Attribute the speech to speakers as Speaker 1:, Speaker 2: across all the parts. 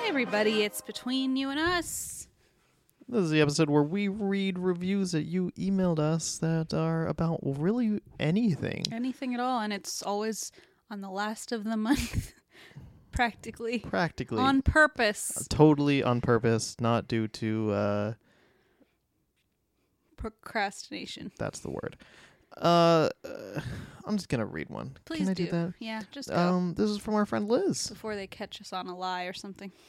Speaker 1: Hey, everybody, it's Between You and Us.
Speaker 2: This is the episode where we read reviews that you emailed us that are about really anything.
Speaker 1: Anything at all, and it's always on the last of the month, practically.
Speaker 2: Practically.
Speaker 1: On purpose.
Speaker 2: totally on purpose, not due to, uh,
Speaker 1: Procrastination.
Speaker 2: that's the word. Uh, uh, I'm just going to read one.
Speaker 1: Please
Speaker 2: Can I do, that?
Speaker 1: Yeah, just go
Speaker 2: Um, this is from our friend Liz.
Speaker 1: before they catch us on a lie or something.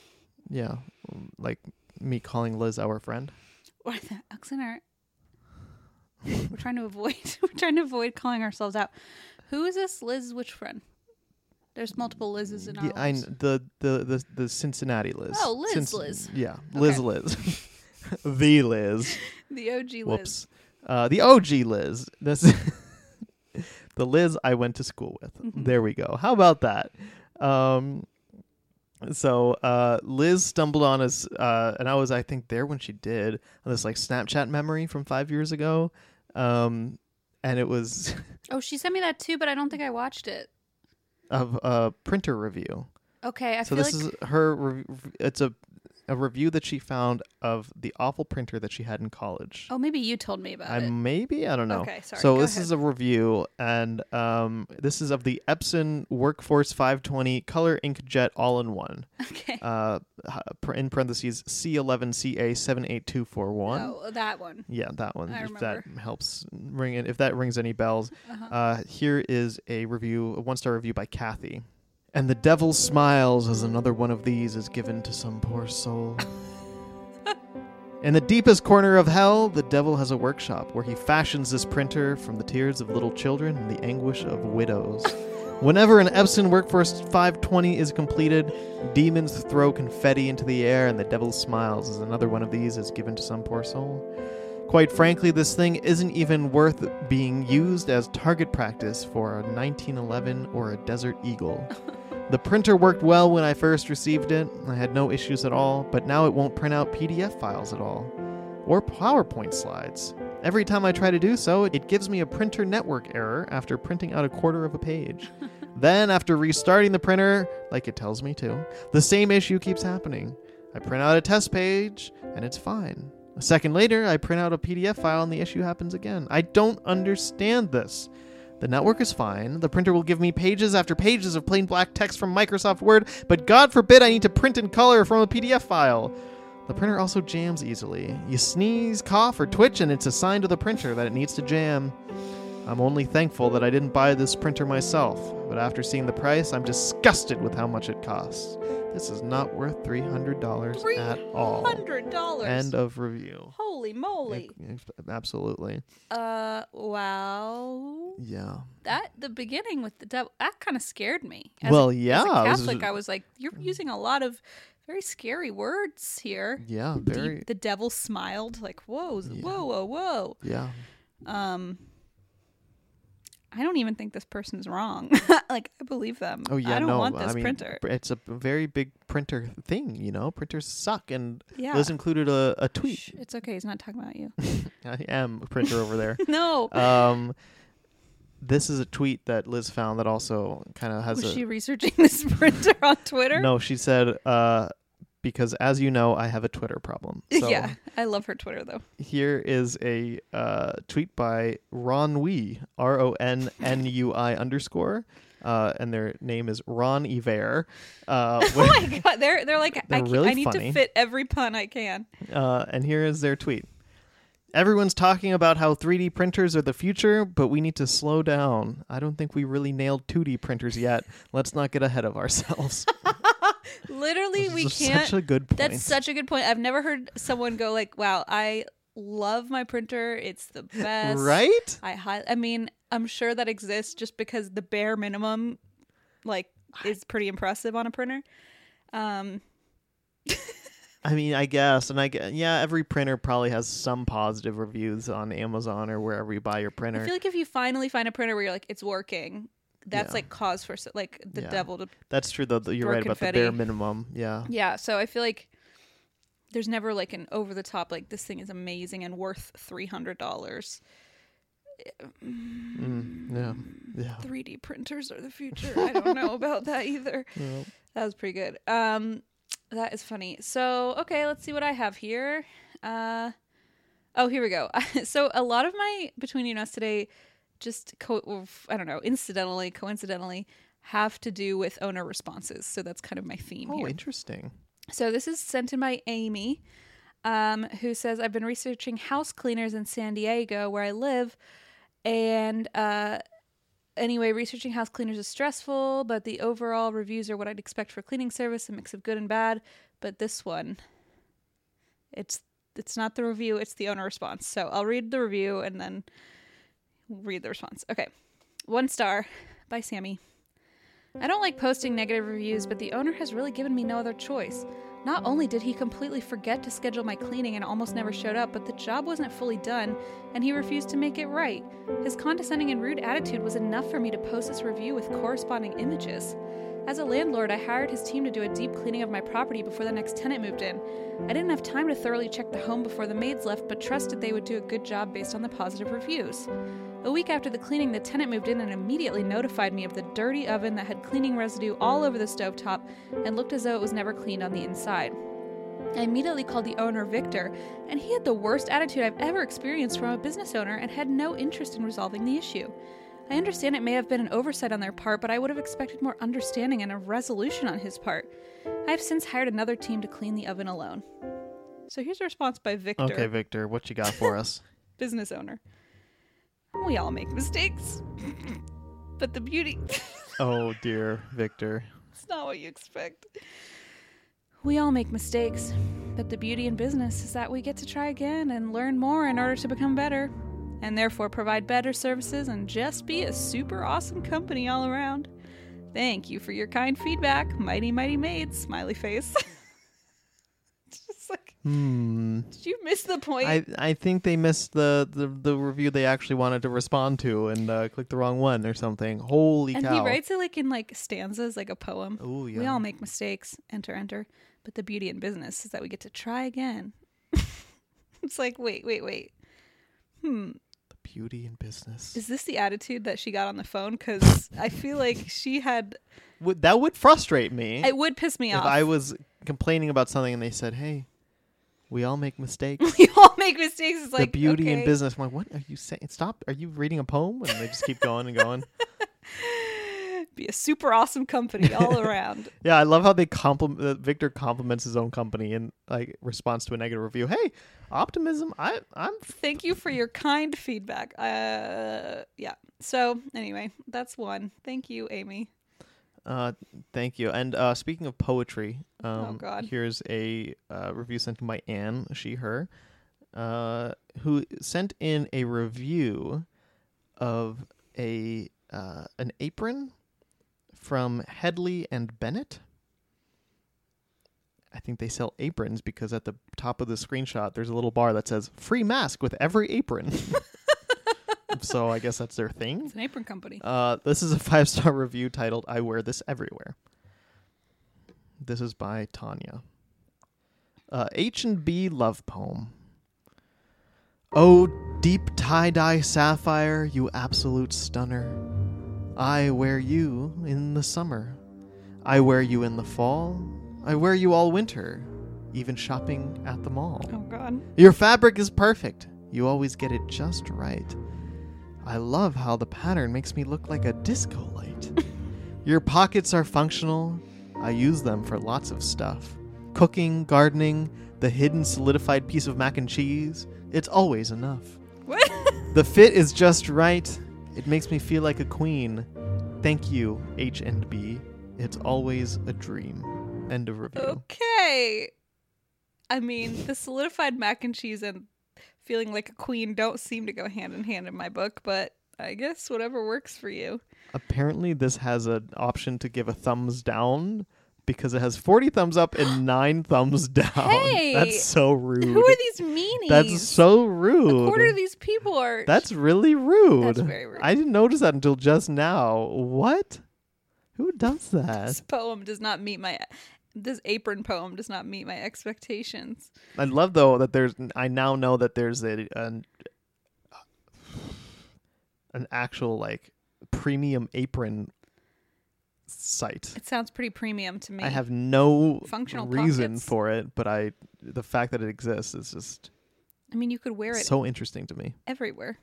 Speaker 2: Yeah. um, Like me calling Liz our friend.
Speaker 1: Or the Alexander. We're trying to avoid. We're trying to avoid calling ourselves out. Who is this Liz? Which friend? There's multiple Liz's in our
Speaker 2: Yeah, I,
Speaker 1: lives.
Speaker 2: kn- the, the, the, the Cincinnati Liz.
Speaker 1: Oh, Liz Liz.
Speaker 2: Yeah. Liz Liz. the Liz.
Speaker 1: The OG Liz.
Speaker 2: Whoops. Uh, the OG Liz. This the Liz I went to school with.
Speaker 1: Mm-hmm.
Speaker 2: There we go. How about that? Um, so uh, Liz stumbled on us, uh, and I was, I think, there when she did on this like Snapchat memory from five years ago, um, and it was
Speaker 1: Oh, she sent me that too, but I don't think I watched it.
Speaker 2: of a printer review.
Speaker 1: Okay, I
Speaker 2: So
Speaker 1: feel
Speaker 2: this
Speaker 1: like
Speaker 2: is her. Re- it's a a review that she found of the awful printer that she had in college.
Speaker 1: Oh, maybe you told me about
Speaker 2: I
Speaker 1: it.
Speaker 2: maybe I don't know.
Speaker 1: Okay, sorry,
Speaker 2: So
Speaker 1: go
Speaker 2: this
Speaker 1: ahead.
Speaker 2: is a review, and um, this is of the Epson Workforce 520 Color Inkjet All-in-One.
Speaker 1: Okay.
Speaker 2: Uh, h- in parentheses C11CA78241.
Speaker 1: Oh, that one.
Speaker 2: Yeah, that one.
Speaker 1: I
Speaker 2: if that helps ring it, if that rings any bells. uh here is a review, a one-star review by Kathy. And the devil smiles as another one of these is given to some poor soul. In the deepest corner of hell, the devil has a workshop where he fashions this printer from the tears of little children and the anguish of widows. Whenever an Epson Workforce 520 is completed, demons throw confetti into the air and the devil smiles as another one of these is given to some poor soul. Quite frankly, this thing isn't even worth being used as target practice for a 1911 or a Desert Eagle. the printer worked well when I first received it. I had no issues at all, but now it won't print out PDF files at all or PowerPoint slides. Every time I try to do so, it gives me a printer network error after printing out a quarter of a page. then, after restarting the printer, like it tells me to, the same issue keeps happening. I print out a test page, and it's fine. A second later, I print out a PDF file, and the issue happens again. I don't understand this. The network is fine. The printer will give me pages after pages of plain black text from Microsoft Word, but God forbid I need to print in color from a PDF file. The printer also jams easily. You sneeze, cough, or twitch, and it's a sign to the printer that it needs to jam. I'm only thankful that I didn't buy this printer myself, but after seeing the price, I'm disgusted with how much it costs. This is not worth $300 at all. uh,
Speaker 1: Hundred dollars.
Speaker 2: End of review.
Speaker 1: Holy moly!
Speaker 2: Absolutely.
Speaker 1: Uh, wow.
Speaker 2: Yeah.
Speaker 1: That the beginning with the devil that kind of scared me.
Speaker 2: Well,
Speaker 1: a,
Speaker 2: yeah,
Speaker 1: As a
Speaker 2: this is-
Speaker 1: Catholic, I was like, you're using a lot of very scary words here.
Speaker 2: Yeah,
Speaker 1: The-
Speaker 2: very.
Speaker 1: The devil smiled, like, whoa, whoa, whoa, whoa.
Speaker 2: Yeah.
Speaker 1: Um, I don't even think this person's wrong. like, I believe them.
Speaker 2: Oh yeah,
Speaker 1: I don't
Speaker 2: no,
Speaker 1: want this
Speaker 2: I mean,
Speaker 1: printer.
Speaker 2: pr- It's a very big printer thing, you know. Printers suck, and
Speaker 1: Yeah.
Speaker 2: Liz included a, a tweet.
Speaker 1: It's okay. He's not talking about you.
Speaker 2: I am a printer over there.
Speaker 1: no.
Speaker 2: Um, this is a tweet that Liz found that also kind of has
Speaker 1: was
Speaker 2: a
Speaker 1: Oh, she researching this printer on Twitter?
Speaker 2: no. She said, uh, because as you know, I have a Twitter problem. So
Speaker 1: Yeah, I love her Twitter though.
Speaker 2: Here is a uh, tweet by Ron Wee, R O N N U I underscore, uh, and their name is Ron Evair. Uh, with-
Speaker 1: Oh my god, they're they're like I,
Speaker 2: They're
Speaker 1: ca-
Speaker 2: really
Speaker 1: I need to
Speaker 2: funny.
Speaker 1: fit every pun I can.
Speaker 2: Uh, and here is their tweet. Everyone's talking about how 3D printers are the future, but we need to slow down. I don't think we really nailed 2D printers yet. Let's not get ahead of ourselves.
Speaker 1: Literally, we
Speaker 2: This is
Speaker 1: can't.
Speaker 2: Such a good point.
Speaker 1: That's such a good point. I've never heard someone go like, "Wow, I love my printer. It's the best.
Speaker 2: Right?
Speaker 1: I hi- I mean, I'm sure that exists just because the bare minimum like is pretty impressive on a printer. Um
Speaker 2: I mean, I guess, and I guess, yeah, every printer probably has some positive reviews on Amazon or wherever you buy your printer.
Speaker 1: I feel like if you finally find a printer where you're like it's working, that's
Speaker 2: Yeah.
Speaker 1: like cause for s- like the
Speaker 2: Yeah.
Speaker 1: devil to
Speaker 2: That's true, though. You're
Speaker 1: Throw
Speaker 2: right about the bare
Speaker 1: confetti.
Speaker 2: minimum. Yeah.
Speaker 1: Yeah, so I feel like there's never like an over the top like this thing is amazing and worth $300.
Speaker 2: Mm, yeah. Yeah.
Speaker 1: 3D printers are the future. I don't know about that either.
Speaker 2: Yeah.
Speaker 1: That was pretty good. Um that is funny. So, okay, let's see what I have here. Uh Oh, here we go. so, a lot of my between you and us today just co- I don't know, incidentally, coincidentally have to do with owner responses. So that's kind of my theme
Speaker 2: Oh,
Speaker 1: here.
Speaker 2: interesting.
Speaker 1: So this is sent in by Amy, um, who says, "I've been researching house cleaners in San Diego, where I live, and uh, anyway, researching house cleaners is stressful, but the overall reviews are what I'd expect for a cleaning service—a mix of good and bad. But this one, it's it's not the review; it's the owner response. So I'll read the review and then read the response. Okay, one star by Sammy." I don't like posting negative reviews, but the owner has really given me no other choice. Not only did he completely forget to schedule my cleaning and almost never showed up, but the job wasn't fully done and he refused to make it right. His condescending and rude attitude was enough for me to post this review with corresponding images. As a landlord, I hired his team to do a deep cleaning of my property before the next tenant moved in. I didn't have time to thoroughly check the home before the maids left, but trusted they would do a good job based on the positive reviews. A week after the cleaning, the tenant moved in and immediately notified me of the dirty oven that had cleaning residue all over the stovetop and looked as though it was never cleaned on the inside. I immediately called the owner Victor, and he had the worst attitude I've ever experienced from a business owner and had no interest in resolving the issue. I understand it may have been an oversight on their part, but I would have expected more understanding and a resolution on his part. I have since hired another team to clean the oven alone. So here's a response by Victor
Speaker 2: Okay, Victor, what you got for us?
Speaker 1: business owner. We all make mistakes. but the beauty
Speaker 2: oh dear, Victor.
Speaker 1: it's not what you expect. We all make mistakes, but the beauty in business is that we get to try again and learn more in order to become better, and therefore provide better services and just be a super awesome company all around. Thank you for your kind feedback, mighty mighty maids, smiley face. It's just like,
Speaker 2: Hmm.
Speaker 1: did you miss the point?
Speaker 2: I, I think they missed the, the, the review they actually wanted to respond to and uh, clicked the wrong one or something. Holy
Speaker 1: and
Speaker 2: cow!
Speaker 1: he writes it like in like stanzas, like a poem.
Speaker 2: Ooh, yeah.
Speaker 1: We all make mistakes, enter, enter. But the beauty in business is that we get to try again. it's like, wait, wait, wait. Hmm.
Speaker 2: the beauty in business.
Speaker 1: Is this the attitude that she got on the phone? Because I feel like she had.
Speaker 2: Would, that would frustrate me
Speaker 1: It would piss me
Speaker 2: if
Speaker 1: off.
Speaker 2: I was complaining about something and they said, "Hey, we all make mistakes."
Speaker 1: we all make mistakes. It's like
Speaker 2: the beauty in
Speaker 1: okay.
Speaker 2: business. I'm like, what are you saying? Stop! Are you reading a poem? And they just keep going and going.
Speaker 1: Be a super awesome company all around.
Speaker 2: Yeah, I love how they compliment uh, Victor compliments his own company in like response to a negative review. Hey, optimism. I I'm f-
Speaker 1: Thank you for your kind feedback. Uh, yeah. So anyway, that's one. Thank you, Amy.
Speaker 2: uh thank you. And uh speaking of poetry, um
Speaker 1: God.
Speaker 2: here's a uh, review sent in by Anne, she her, uh who sent in a review of a uh an apron from Headley and Bennett. I think they sell aprons because at the top of the screenshot there's a little bar that says free mask with every apron. so I guess that's their thing.
Speaker 1: It's an apron company.
Speaker 2: Uh, this is a five star review titled I Wear This Everywhere. This is by Tanya. Uh, H and B love poem. Oh, deep tie dye sapphire, you absolute stunner. I wear you in the summer. I wear you in the fall. I wear you all winter, even shopping at the mall.
Speaker 1: Oh God.
Speaker 2: Your fabric is perfect. You always get it just right. I love how the pattern makes me look like a disco light. Your pockets are functional. I use them for lots of stuff cooking, gardening, the hidden solidified piece of mac and cheese. It's always enough.
Speaker 1: What?
Speaker 2: The fit is just right. It makes me feel like a queen. Thank you, H and B. It's always a dream. End of review.
Speaker 1: Okay. I mean, the solidified mac and cheese and feeling like a queen don't seem to go hand in hand in my book, but I guess whatever works for you.
Speaker 2: Apparently, this has an option to give a thumbs down because it has 40 thumbs up and 9 thumbs down.
Speaker 1: Hey!
Speaker 2: That's so rude.
Speaker 1: Who are these meanies?
Speaker 2: That's so rude.
Speaker 1: a quarter of these people are.
Speaker 2: That's really rude.
Speaker 1: That's very rude.
Speaker 2: I didn't notice that until just now. What? Who does that?
Speaker 1: this poem does not meet my. This apron poem does not meet my expectations.
Speaker 2: I love though that there's. I now know that there's a an, an actual like premium apron site.
Speaker 1: It sounds pretty premium to me.
Speaker 2: I have no
Speaker 1: Functional
Speaker 2: reason
Speaker 1: pockets.
Speaker 2: for it, but I the fact that it exists is just
Speaker 1: I mean, you could wear it
Speaker 2: so interesting to me.
Speaker 1: everywhere.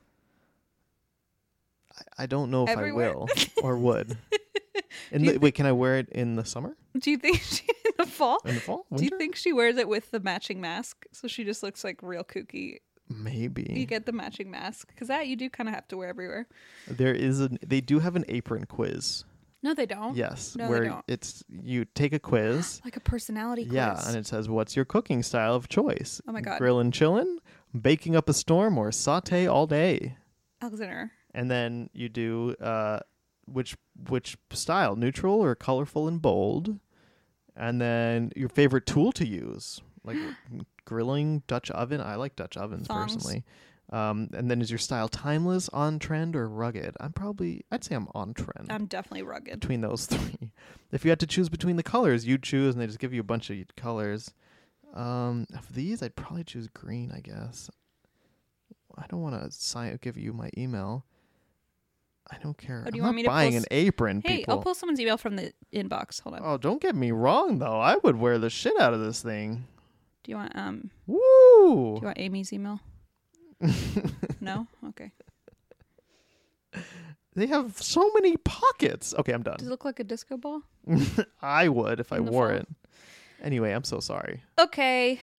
Speaker 2: I don't know if
Speaker 1: Everywhere.
Speaker 2: I will or would. And wait, can I wear it in the summer?
Speaker 1: Do you think she, in the fall?
Speaker 2: In the fall?
Speaker 1: Do
Speaker 2: Winter?
Speaker 1: you think she wears it with the matching mask? So she just looks like real kooky.
Speaker 2: Maybe.
Speaker 1: You get the matching mask because that you do kind of have to wear everywhere.
Speaker 2: There is an they do have an apron quiz.
Speaker 1: No, they don't.
Speaker 2: Yes,
Speaker 1: Oh, No, they
Speaker 2: where
Speaker 1: don't.
Speaker 2: it's you take a quiz.
Speaker 1: Like a personality quiz.
Speaker 2: Yeah, and it says what's your cooking style of choice?
Speaker 1: Oh my God.
Speaker 2: Grillin' chillin', baking up a storm or saute all day.
Speaker 1: Alexander.
Speaker 2: And then you do uh which which style, neutral or colorful and bold? And then your favorite tool to use, like grilling, Dutch oven. I like Dutch ovens
Speaker 1: Thongs.
Speaker 2: personally. Um, and then is your style timeless, on trend, or rugged? I'm probably I'd say I'm on trend.
Speaker 1: I'm definitely rugged.
Speaker 2: between those three. If you had to choose between the colors, you'd choose, and they just give you a bunch of colors. Um, of these, I'd probably choose green, I guess. I don't want to sign give you my email. I don't care.
Speaker 1: Oh, do you
Speaker 2: I'm
Speaker 1: want
Speaker 2: not
Speaker 1: me to
Speaker 2: buying
Speaker 1: post-
Speaker 2: an apron,
Speaker 1: Hey,
Speaker 2: people.
Speaker 1: I'll pull someone's email from the inbox. Hold on.
Speaker 2: oh, don't get me wrong though. I would wear the shit out of this thing.
Speaker 1: Do you want um? Do
Speaker 2: Woo!
Speaker 1: you want Amy's email? no. Okay.
Speaker 2: They have so many pockets. Okay, I'm
Speaker 1: Does
Speaker 2: done.
Speaker 1: it look like a disco ball?
Speaker 2: I would if I
Speaker 1: In the
Speaker 2: wore
Speaker 1: fall?
Speaker 2: it. Anyway, I'm so sorry.
Speaker 1: Okay.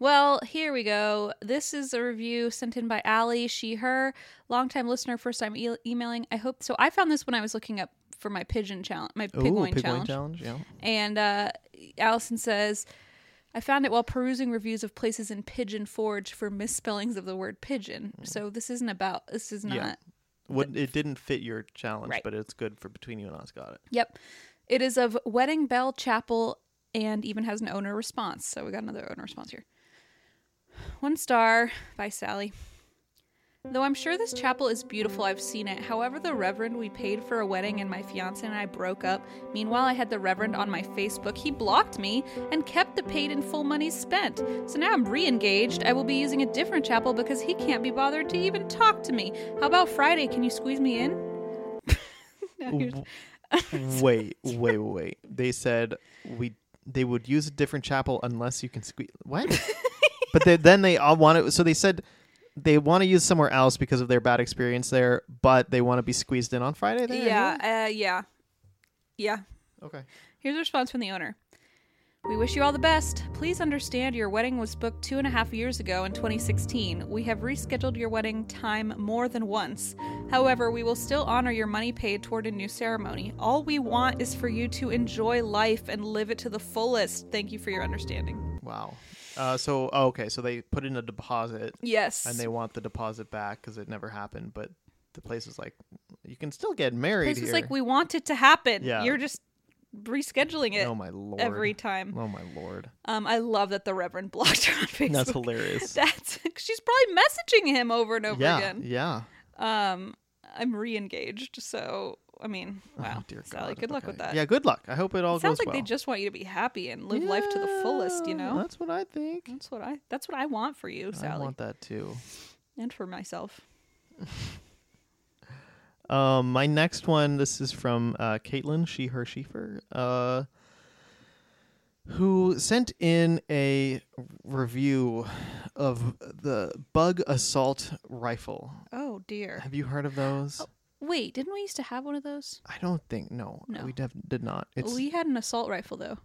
Speaker 1: Well, here we go. This is a review sent in by Allie, she, her, longtime listener, first time e- emailing. I hope so. I found this when I was looking up for my pigeon challenge, my pigloin challenge.
Speaker 2: yeah.
Speaker 1: And uh, Allison says, I found it while perusing reviews of places in Pigeon Forge for misspellings of the word pigeon. So this isn't about, this is not.
Speaker 2: Yeah. What, it didn't fit your challenge,
Speaker 1: Right.
Speaker 2: but it's good for between you and us. Got it.
Speaker 1: Yep. It is of Wedding Bell Chapel and even has an owner response. So we got another owner response here. One star by Sally. Though I'm sure this chapel is beautiful, I've seen it. However, the reverend we paid for a wedding and my fiance and I broke up. Meanwhile, I had the reverend on my Facebook. He blocked me and kept the paid in full money spent. So now I'm re engaged. I will be using a different chapel because he can't be bothered to even talk to me. How about Friday? Can you squeeze me in? Now you're-
Speaker 2: wait, wait, wait. They said we they would use a different chapel unless you can squeeze. What? but they, then they all want it. So they said they want to use somewhere else because of their bad experience there, but they want to be squeezed in on Friday. There, anyway?
Speaker 1: Yeah, uh, yeah, yeah.
Speaker 2: Okay.
Speaker 1: Here's a response from the owner. We wish you all the best. Please understand your wedding was booked two and a half years ago in 2016. We have rescheduled your wedding time more than once. However, we will still honor your money paid toward a new ceremony. All we want is for you to enjoy life and live it to the fullest. Thank you for your understanding.
Speaker 2: Wow. Uh, so oh, okay, so they put in a deposit
Speaker 1: Yes.
Speaker 2: and they want the deposit back because it never happened, but the place was like, you can still get married
Speaker 1: this was
Speaker 2: here.
Speaker 1: like we want it to happen.
Speaker 2: Yeah.
Speaker 1: You're just rescheduling it
Speaker 2: oh my lord.
Speaker 1: every time.
Speaker 2: Oh my lord.
Speaker 1: Um, I love that the Reverend blocked her on Facebook.
Speaker 2: That's hilarious.
Speaker 1: That's she's probably messaging him over and over
Speaker 2: yeah.
Speaker 1: again.
Speaker 2: Yeah.
Speaker 1: Um, I'm re-engaged, so I mean, wow,
Speaker 2: Oh, dear
Speaker 1: Sally,
Speaker 2: God.
Speaker 1: good luck
Speaker 2: Okay.
Speaker 1: with that.
Speaker 2: Yeah, good luck. I hope it all
Speaker 1: it sounds
Speaker 2: goes
Speaker 1: like
Speaker 2: well.
Speaker 1: they just want you to be happy and live life to the fullest. You
Speaker 2: Yeah,
Speaker 1: know,
Speaker 2: That's what I think.
Speaker 1: that's what I that's what I want for you,
Speaker 2: I
Speaker 1: Sally,
Speaker 2: want that too.
Speaker 1: and for myself.
Speaker 2: Um, my next one. This is from uh, Caitlin. She her shefer. Uh, who sent in a review of the bug assault rifle.
Speaker 1: Oh dear.
Speaker 2: Have you heard of
Speaker 1: Oh.
Speaker 2: those?
Speaker 1: Wait, didn't we used to have one of those?
Speaker 2: I don't think no.
Speaker 1: No.
Speaker 2: We def- did not. It's
Speaker 1: we had an assault rifle though,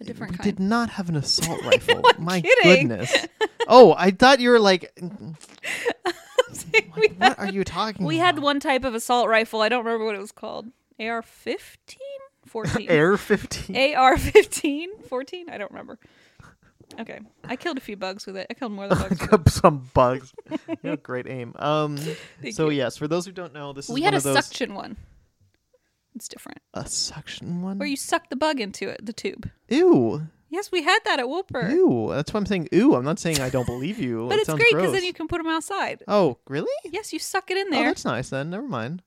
Speaker 1: a different
Speaker 2: we
Speaker 1: kind.
Speaker 2: did not have an assault rifle.
Speaker 1: I'm
Speaker 2: My
Speaker 1: kidding.
Speaker 2: goodness. Oh, I thought you were like, mm,
Speaker 1: we
Speaker 2: what are you talking
Speaker 1: we
Speaker 2: about?
Speaker 1: had one type of assault rifle. I don't remember what it was called. AR 15? 14.
Speaker 2: Air 15.
Speaker 1: AR 15? 14? I don't remember. Okay. I killed a few bugs with it. I killed more than bugs.
Speaker 2: Some bugs. you have great aim. Um, so yes, for those who don't know, this is
Speaker 1: we
Speaker 2: one
Speaker 1: had a
Speaker 2: of those
Speaker 1: suction one. It's different.
Speaker 2: a suction one.
Speaker 1: Where you suck the bug into it, the tube.
Speaker 2: Ew,
Speaker 1: Yes, we had that at Wilbur.
Speaker 2: ew. That's why I'm saying ew. I'm not saying I don't believe you.
Speaker 1: but
Speaker 2: it
Speaker 1: it's
Speaker 2: sounds
Speaker 1: great
Speaker 2: because
Speaker 1: because then you can put them outside.
Speaker 2: Oh, really?
Speaker 1: Yes, you suck it in
Speaker 2: Oh,
Speaker 1: there.
Speaker 2: that's nice then. Never mind.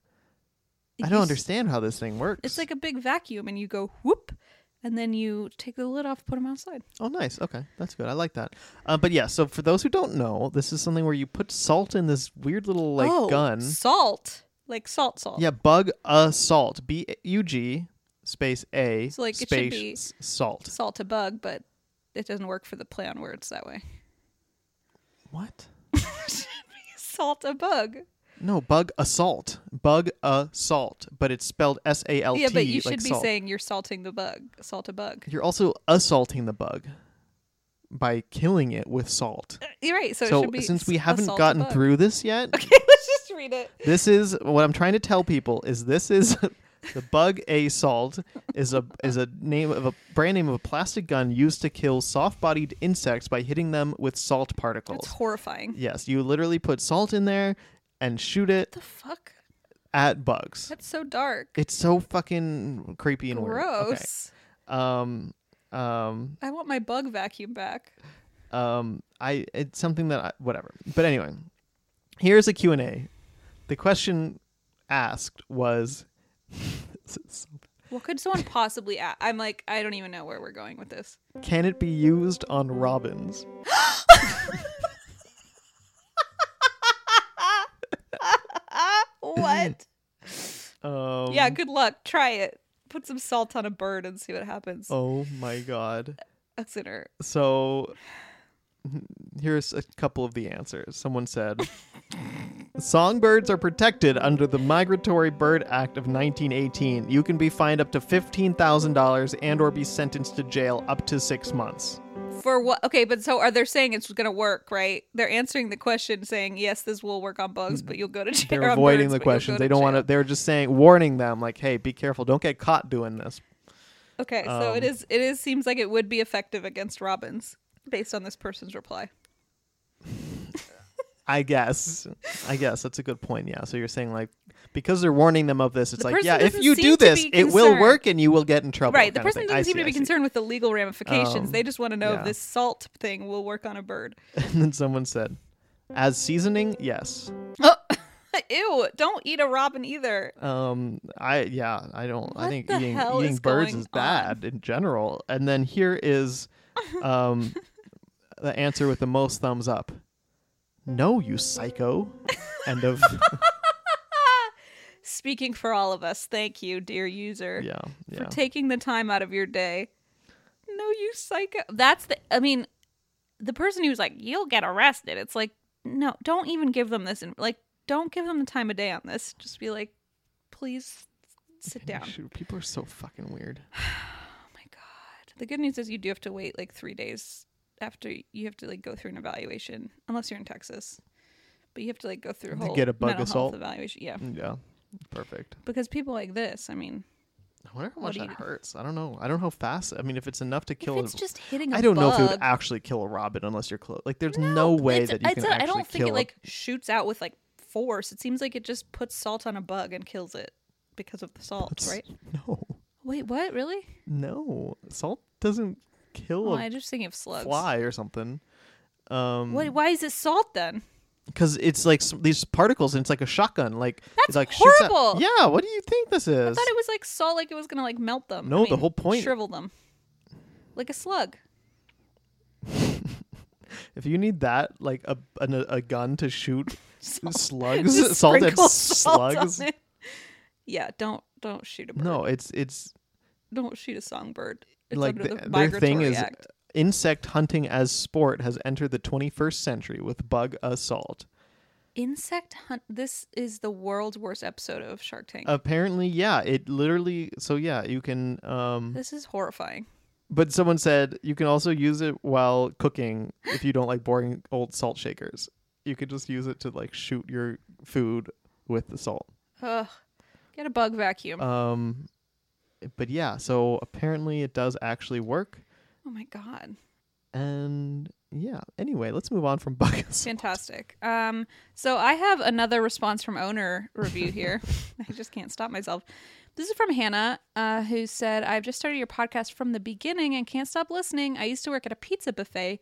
Speaker 1: You
Speaker 2: I don't
Speaker 1: s-
Speaker 2: understand how this thing works.
Speaker 1: It's like a big vacuum, and you go whoop, and then you take the lid off, put them outside.
Speaker 2: Oh, nice. Okay, that's good. I like that. Uh, but yeah, so for those who don't know, this is something where you put salt in this weird little like
Speaker 1: oh,
Speaker 2: gun.
Speaker 1: salt, like salt, salt.
Speaker 2: Yeah, bug assault. B U G space A
Speaker 1: So, like, it should
Speaker 2: space
Speaker 1: be-
Speaker 2: s- salt.
Speaker 1: salt a bug, but it doesn't work for the play on words that way.
Speaker 2: What?
Speaker 1: Salt a bug.
Speaker 2: No, bug assault. Bug assault, but it's spelled S A L T.
Speaker 1: yeah, but you
Speaker 2: like
Speaker 1: should be
Speaker 2: salt.
Speaker 1: saying you're salting the bug. Salt a bug.
Speaker 2: you're also assaulting the bug by killing it with salt.
Speaker 1: You're right. So, it
Speaker 2: so
Speaker 1: should be
Speaker 2: since we
Speaker 1: s-
Speaker 2: haven't
Speaker 1: assault a
Speaker 2: gotten
Speaker 1: bug.
Speaker 2: through this yet,
Speaker 1: Okay, let's just read it.
Speaker 2: this is what I'm trying to tell people is this is the bug assault is a is a name of a brand name of a plastic gun used to kill soft-bodied insects by hitting them with salt particles.
Speaker 1: It's horrifying.
Speaker 2: Yes, you literally put salt in there and shoot it
Speaker 1: the fuck?
Speaker 2: at bugs.
Speaker 1: That's so dark.
Speaker 2: It's so fucking creepy and weird. Okay.
Speaker 1: Gross.
Speaker 2: Um um
Speaker 1: I want my bug vacuum back.
Speaker 2: um I it's something that I, whatever. But anyway, here's a Q&A. The question asked was
Speaker 1: What could someone possibly add? I'm like, I don't even know where we're going with this.
Speaker 2: Can it be used on robins?
Speaker 1: what?
Speaker 2: Um,
Speaker 1: yeah, good luck. Try it. Put some salt on a bird and see what happens.
Speaker 2: Oh my god.
Speaker 1: Exeter.
Speaker 2: So here's a couple of the answers. Someone said Songbirds are protected under the Migratory Bird Act of 1918. You can be fined up to $15,000 and or be sentenced to jail up to 6 months.
Speaker 1: For what? Okay, but so are they saying it's going to work, right? They're answering the question saying, yes, this will work on bugs, but you'll go to jail.
Speaker 2: They're
Speaker 1: on
Speaker 2: avoiding
Speaker 1: birds,
Speaker 2: the
Speaker 1: but you'll
Speaker 2: questions.
Speaker 1: go
Speaker 2: They don't want
Speaker 1: jail.
Speaker 2: to they're just saying warning them like, "Hey, be careful. Don't get caught doing this."
Speaker 1: Okay, so it
Speaker 2: Um,
Speaker 1: is. It is seems like it would be effective against robins, based on this person's reply.
Speaker 2: I guess. I guess that's a good point. Yeah. So you're saying like because they're warning them of this, it's
Speaker 1: The
Speaker 2: like
Speaker 1: person
Speaker 2: yeah, if
Speaker 1: doesn't
Speaker 2: you do
Speaker 1: seem to
Speaker 2: this,
Speaker 1: be
Speaker 2: it will
Speaker 1: concerned.
Speaker 2: work and you will get in trouble.
Speaker 1: right. The
Speaker 2: kind of
Speaker 1: person
Speaker 2: thing. I
Speaker 1: doesn't seem
Speaker 2: see,
Speaker 1: to be
Speaker 2: I see.
Speaker 1: concerned with the legal ramifications.
Speaker 2: Um,
Speaker 1: they just want to know
Speaker 2: yeah.
Speaker 1: if this salt thing will work on a bird.
Speaker 2: And then someone said, as seasoning, yes.
Speaker 1: Ew! Don't eat a robin either.
Speaker 2: Um, I yeah, I don't. I
Speaker 1: What
Speaker 2: think
Speaker 1: the
Speaker 2: eating
Speaker 1: hell
Speaker 2: eating
Speaker 1: is
Speaker 2: birds
Speaker 1: going
Speaker 2: is bad in general. And then here is, um, the answer with the most thumbs up. No, you psycho. End of
Speaker 1: Speaking for all of us, thank you, dear user,
Speaker 2: yeah
Speaker 1: for
Speaker 2: yeah.
Speaker 1: taking the time out of your day. No, you psycho. That's the. I mean, the person who's like, "You'll get arrested." It's like, no, don't even give them this. In- like, don't give them the time of day on this. Just be like, please sit down.
Speaker 2: Shoot, people are so fucking weird.
Speaker 1: Oh my god. The good news is you do have to wait like three days after you have to like go through an evaluation, unless you're in Texas. But you have to like go through a
Speaker 2: To
Speaker 1: whole
Speaker 2: get a bug
Speaker 1: mental
Speaker 2: assault?
Speaker 1: health evaluation. Yeah,
Speaker 2: Mm, Yeah, perfect.
Speaker 1: because people like this. I mean,
Speaker 2: I wonder how
Speaker 1: What
Speaker 2: much
Speaker 1: do
Speaker 2: that
Speaker 1: you-
Speaker 2: hurts. I don't know. I don't know how fast. I mean, if it's enough to kill,
Speaker 1: if it's
Speaker 2: a-
Speaker 1: just hitting. I
Speaker 2: I don't know if it would
Speaker 1: bug-
Speaker 2: actually kill a robin unless you're close. Like, there's no, way
Speaker 1: it's-
Speaker 2: that you
Speaker 1: it's
Speaker 2: can
Speaker 1: a-
Speaker 2: actually
Speaker 1: I don't think
Speaker 2: kill.
Speaker 1: it
Speaker 2: a-
Speaker 1: like shoots out with like force. It seems like it just puts salt on a bug and kills it because of the salt,
Speaker 2: That's-
Speaker 1: right?
Speaker 2: no,
Speaker 1: Wait, what? Really?
Speaker 2: no, salt doesn't
Speaker 1: Oh,
Speaker 2: kill
Speaker 1: I
Speaker 2: a
Speaker 1: just thinking of slugs.
Speaker 2: fly or something. Um,
Speaker 1: What, why is it salt then?
Speaker 2: because it's like s these particles, and it's like a shotgun. Like
Speaker 1: That's
Speaker 2: it's like shoots out-
Speaker 1: horrible!
Speaker 2: Yeah, what do you think this
Speaker 1: I
Speaker 2: is?
Speaker 1: thought it was like salt, like it was gonna like melt them.
Speaker 2: No,
Speaker 1: I
Speaker 2: the whole point-
Speaker 1: shrivel them, like a slug.
Speaker 2: If you need that, like a an, a gun to shoot slugs,
Speaker 1: Just
Speaker 2: salt at
Speaker 1: sprinkle salt on
Speaker 2: slugs.
Speaker 1: it. Yeah, don't don't shoot a bird.
Speaker 2: No, it's it's
Speaker 1: don't shoot a songbird. It's
Speaker 2: like
Speaker 1: under
Speaker 2: th-
Speaker 1: the
Speaker 2: their thing
Speaker 1: Migratory
Speaker 2: is
Speaker 1: Act.
Speaker 2: insect hunting as sport has entered the 21st century with bug assault.
Speaker 1: Insect hunt. This is the world's worst episode of Shark Tank.
Speaker 2: Apparently, yeah, it literally. So yeah, you can. Um,
Speaker 1: this is horrifying.
Speaker 2: but someone said you can also use it while cooking if you don't like boring old salt shakers. You could just use it to like shoot your food with the salt.
Speaker 1: Ugh. Get a bug vacuum.
Speaker 2: Um, but yeah, so apparently it does actually work.
Speaker 1: oh my god.
Speaker 2: And yeah, anyway, let's move on from bug assault.
Speaker 1: Fantastic. Um, so I have another response from owner review here. I just can't stop myself. This is from Hannah, uh, who said, "I've just started your podcast from the beginning and can't stop listening. I used to work at a pizza buffet,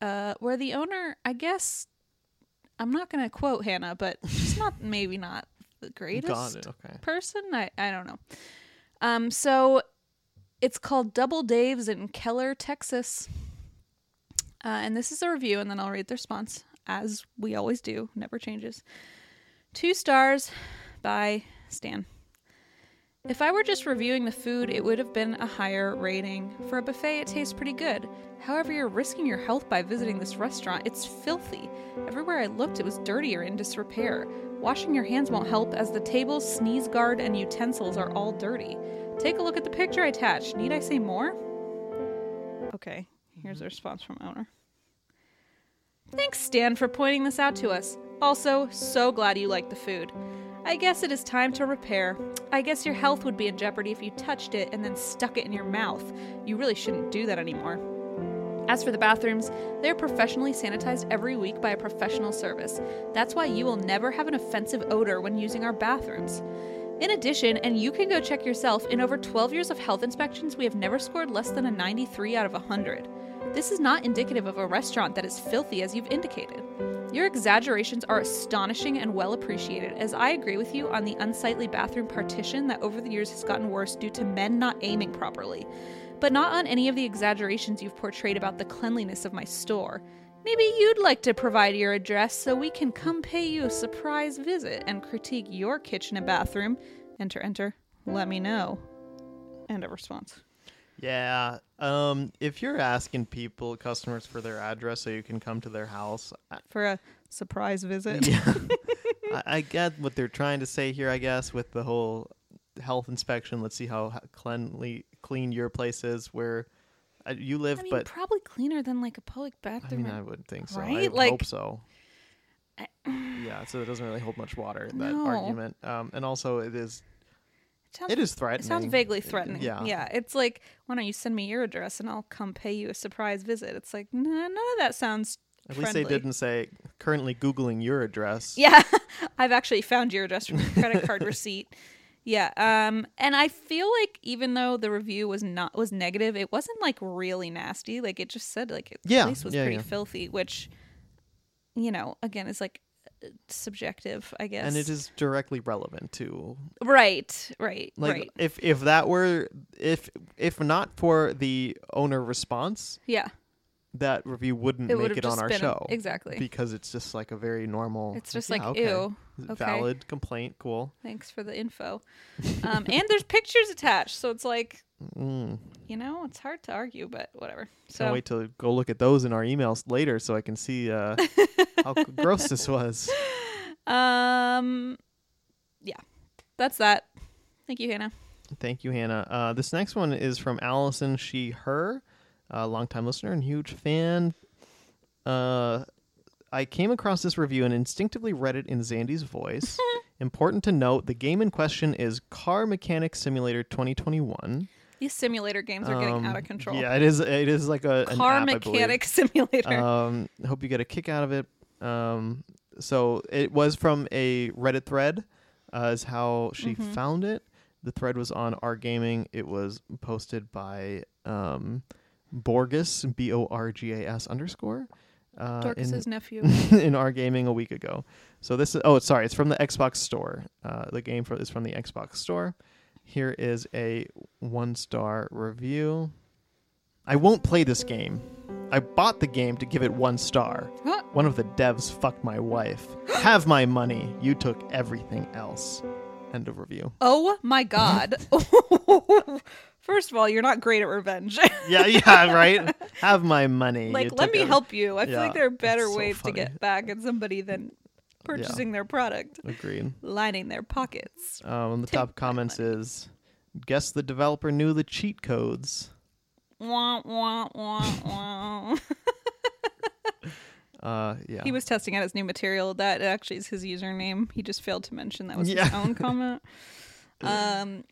Speaker 1: uh, where the owner, I guess, I'm not going to quote Hannah, but she's not maybe not the greatest
Speaker 2: Got it. Okay.
Speaker 1: person. I, I don't know. Um, so it's called Double Dave's in Keller, Texas. Uh, and this is a review, and then I'll read the response as we always do, never changes. Two stars by Stan. If I were just reviewing the food, it would have been a higher rating. For a buffet, it tastes pretty good. However, you're risking your health by visiting this restaurant. It's filthy. Everywhere I looked, it was dirty or in disrepair. Washing your hands won't help, as the table, sneeze guard, and utensils are all dirty. Take a look at the picture I attached. Need I say more? Okay, here's a response from owner. Thanks, Stan, for pointing this out to us. Also, so glad you like the food. I guess it is time to repair. I guess your health would be in jeopardy if you touched it and then stuck it in your mouth. You really shouldn't do that anymore. As for the bathrooms, they are professionally sanitized every week by a professional service. That's why you will never have an offensive odor when using our bathrooms. In addition, and you can go check yourself, in over 12 years of health inspections, we have never scored less than a 93 out of 100. This is not indicative of a restaurant that is filthy as you've indicated. Your exaggerations are astonishing and well appreciated, as I agree with you on the unsightly bathroom partition that over the years has gotten worse due to men not aiming properly but not on any of the exaggerations you've portrayed about the cleanliness of my store. Maybe you'd like to provide your address so we can come pay you a surprise visit and critique your kitchen and bathroom. Enter, enter. Let me know. End of response.
Speaker 2: Yeah. Um, if you're asking people, customers, for their address so you can come to their house, I,
Speaker 1: For a surprise visit.
Speaker 2: yeah, I, I get what they're trying to say here. I guess with the whole health inspection, let's see how h- cleanly clean your place is where uh, you live.
Speaker 1: I mean,
Speaker 2: but
Speaker 1: probably cleaner than like a public
Speaker 2: I mean,
Speaker 1: bathroom.
Speaker 2: I would think so. I
Speaker 1: right?
Speaker 2: would hope
Speaker 1: Like-
Speaker 2: so.
Speaker 1: I-
Speaker 2: yeah. So it doesn't really hold much water that
Speaker 1: No.
Speaker 2: argument. Um, and also it is
Speaker 1: it, sounds,
Speaker 2: it is
Speaker 1: it
Speaker 2: threatening.
Speaker 1: sounds vaguely threatening.
Speaker 2: yeah.
Speaker 1: Yeah. yeah. It's like, why don't you send me your address and I'll come pay you a surprise visit? It's like, nah, none of that sounds.
Speaker 2: At least they
Speaker 1: friendly.
Speaker 2: didn't say currently googling your address.
Speaker 1: Yeah, I've actually found your address from your credit card receipt. Yeah, um, and I feel like even though the review was not was negative, it wasn't like really nasty. Like it just said like it,
Speaker 2: Yeah,
Speaker 1: the place was
Speaker 2: yeah,
Speaker 1: pretty
Speaker 2: yeah.
Speaker 1: filthy, which you know again is like uh, subjective, I guess.
Speaker 2: And it is directly relevant to
Speaker 1: right, right,
Speaker 2: like
Speaker 1: right.
Speaker 2: if if that were if if not for the owner response
Speaker 1: Yeah,
Speaker 2: that review wouldn't
Speaker 1: it would
Speaker 2: make
Speaker 1: have
Speaker 2: it
Speaker 1: just
Speaker 2: on our
Speaker 1: been
Speaker 2: show
Speaker 1: exactly.
Speaker 2: because it's just like a very normal
Speaker 1: It's just
Speaker 2: yeah,
Speaker 1: like,
Speaker 2: okay.
Speaker 1: ew, okay.
Speaker 2: valid complaint cool
Speaker 1: Thanks for the info. Um, and there's pictures attached, so it's like
Speaker 2: mm.
Speaker 1: you know it's hard to argue, but whatever. So
Speaker 2: can't wait to go look at those in our emails later so i can see uh, how gross this was
Speaker 1: Um, yeah, that's that. Thank you, Hannah.
Speaker 2: Thank you, Hannah. Uh, this next one is from Allison She Her, a longtime listener and huge fan. Uh, I came across this review and instinctively read it in Zandy's voice. Important to note the game in question is Car Mechanic Simulator 2021.
Speaker 1: These simulator games are getting out
Speaker 2: Um,
Speaker 1: of control.
Speaker 2: Yeah, it is. It is like a an
Speaker 1: Car
Speaker 2: app, I believe.
Speaker 1: mechanic simulator.
Speaker 2: Um, I hope you get a kick out of it. Um, so it was from a Reddit thread, uh, is how she
Speaker 1: Mm-hmm.
Speaker 2: found it. The thread was on our gaming. It was posted by um, Borgas B O R G A S underscore. Uh, in-
Speaker 1: Dorcas's nephew.
Speaker 2: in our gaming a week ago. So this is oh sorry, it's from the Xbox Store. Uh, the game for, is from the Xbox Store. Here is a one star review. I won't play this game. I bought the game to give it one star.
Speaker 1: Huh?
Speaker 2: One of the devs fucked my wife. Have my money. You took everything else. End of review.
Speaker 1: Oh my god! Oh First of all, you're not great at revenge.
Speaker 2: Yeah, yeah, right. Have my money.
Speaker 1: like,
Speaker 2: you
Speaker 1: let me
Speaker 2: dickhead.
Speaker 1: help you. I feel like
Speaker 2: Yeah,
Speaker 1: there are better
Speaker 2: that's so
Speaker 1: ways
Speaker 2: funny.
Speaker 1: to get back at somebody than purchasing their product,
Speaker 2: Agreed.
Speaker 1: lining their pockets.
Speaker 2: Um, the
Speaker 1: Take
Speaker 2: top comments is, guess the developer knew the cheat codes.
Speaker 1: Wah, wah, wah, wah.
Speaker 2: Uh, yeah.
Speaker 1: he was testing out his new material. That actually is his username. He just failed to mention that was his
Speaker 2: Yeah.
Speaker 1: own comment. Um,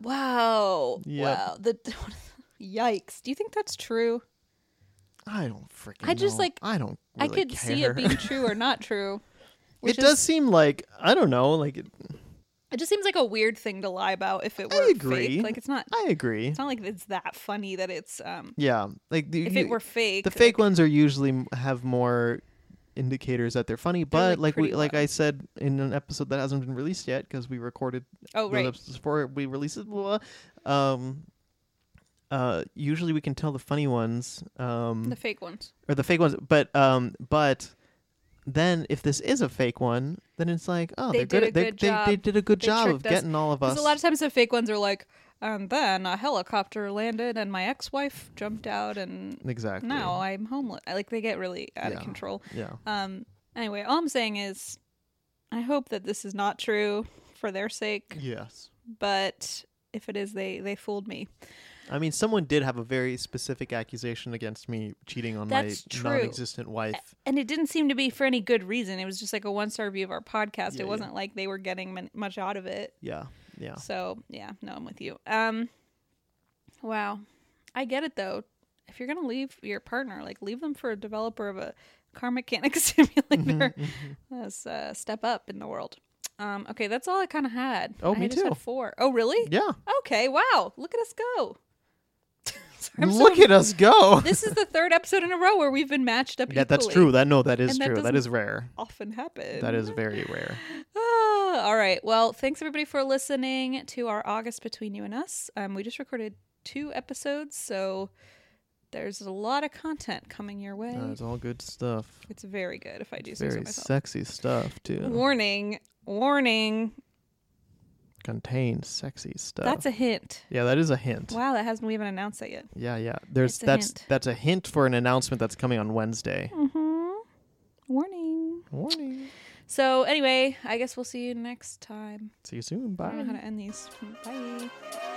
Speaker 1: wow,
Speaker 2: Yep.
Speaker 1: wow. The yikes. Do you think that's true?
Speaker 2: I don't freaking.
Speaker 1: I just,
Speaker 2: know.
Speaker 1: like-
Speaker 2: I don't.
Speaker 1: I
Speaker 2: really
Speaker 1: could see
Speaker 2: care.
Speaker 1: it being true or not true.
Speaker 2: it
Speaker 1: which is-
Speaker 2: does seem like I don't know. Like it,
Speaker 1: It just seems like a weird thing to lie about if it were
Speaker 2: agree.
Speaker 1: fake. Like it's not.
Speaker 2: I agree.
Speaker 1: It's not like it's that funny that it's. Um,
Speaker 2: Yeah, like the,
Speaker 1: if
Speaker 2: you-
Speaker 1: it were fake,
Speaker 2: the fake ones are usually m- have more indicators that they're funny. But
Speaker 1: like,
Speaker 2: like, we,
Speaker 1: pretty
Speaker 2: like
Speaker 1: low.
Speaker 2: I said in an episode that hasn't been released yet because we recorded
Speaker 1: Oh
Speaker 2: those
Speaker 1: right.
Speaker 2: episodes before we released it. Blah, blah. Um, uh, usually we can tell the funny ones. Um,
Speaker 1: The fake ones.
Speaker 2: or the fake ones. But um, but then if this is a fake one, then it's like oh,
Speaker 1: They
Speaker 2: are
Speaker 1: did
Speaker 2: good.
Speaker 1: a
Speaker 2: at, they,
Speaker 1: good
Speaker 2: they,
Speaker 1: job.
Speaker 2: they did a good
Speaker 1: They
Speaker 2: job of
Speaker 1: tricked us.
Speaker 2: getting all of us.
Speaker 1: Because a lot of times the fake ones are like, and then a helicopter landed and my ex-wife jumped out and
Speaker 2: exactly.
Speaker 1: now I'm homeless. Like they get really out
Speaker 2: Yeah.
Speaker 1: of control.
Speaker 2: Yeah.
Speaker 1: Um. Anyway, all I'm saying is, I hope that this is not true for their sake.
Speaker 2: Yes.
Speaker 1: But if it is, they they fooled me.
Speaker 2: I mean, someone did have a very specific accusation against me cheating on
Speaker 1: That's
Speaker 2: my
Speaker 1: true.
Speaker 2: non-existent wife.
Speaker 1: and it didn't seem to be for any good reason. It was just like a one star review of our podcast.
Speaker 2: Yeah, yeah.
Speaker 1: it wasn't like they were getting mon- much out of it.
Speaker 2: Yeah. Yeah.
Speaker 1: So yeah, no, I'm with you. Um, wow, I get it though. If you're gonna leave your partner, like leave them for a developer of a car mechanic
Speaker 2: Mm-hmm,
Speaker 1: simulator. Let's uh, step up in the world. Um, okay, that's all I kind of had.
Speaker 2: Oh,
Speaker 1: I
Speaker 2: me
Speaker 1: just
Speaker 2: too.
Speaker 1: Had four. Oh, really?
Speaker 2: Yeah.
Speaker 1: Okay. Wow. Look at us go. Sorry, I'm so-
Speaker 2: Look at us go.
Speaker 1: this is the third episode in a row where we've been matched up.
Speaker 2: yeah, that's
Speaker 1: equally.
Speaker 2: true. That no, that is
Speaker 1: And that
Speaker 2: true. That
Speaker 1: doesn't-
Speaker 2: is rare.
Speaker 1: Often happens.
Speaker 2: That is very rare.
Speaker 1: Ah, all right. Well, thanks everybody for listening to our August Between You and Us. Um, we just recorded two episodes, so there's a lot of content coming your way.
Speaker 2: Uh, it's all good stuff.
Speaker 1: it's very good if I do say so
Speaker 2: Very
Speaker 1: myself.
Speaker 2: sexy stuff too.
Speaker 1: Warning, warning.
Speaker 2: Contains sexy stuff.
Speaker 1: That's a hint.
Speaker 2: yeah, that is a hint.
Speaker 1: Wow, that hasn't we haven't announced that yet.
Speaker 2: Yeah, yeah. There's
Speaker 1: It's a
Speaker 2: that's
Speaker 1: hint.
Speaker 2: that's a hint for an announcement that's coming on Wednesday.
Speaker 1: Mm-hmm. Warning.
Speaker 2: Warning.
Speaker 1: So anyway, I guess we'll see you next time.
Speaker 2: See you soon.
Speaker 1: I don't know
Speaker 2: Bye.
Speaker 1: how to end these. Bye.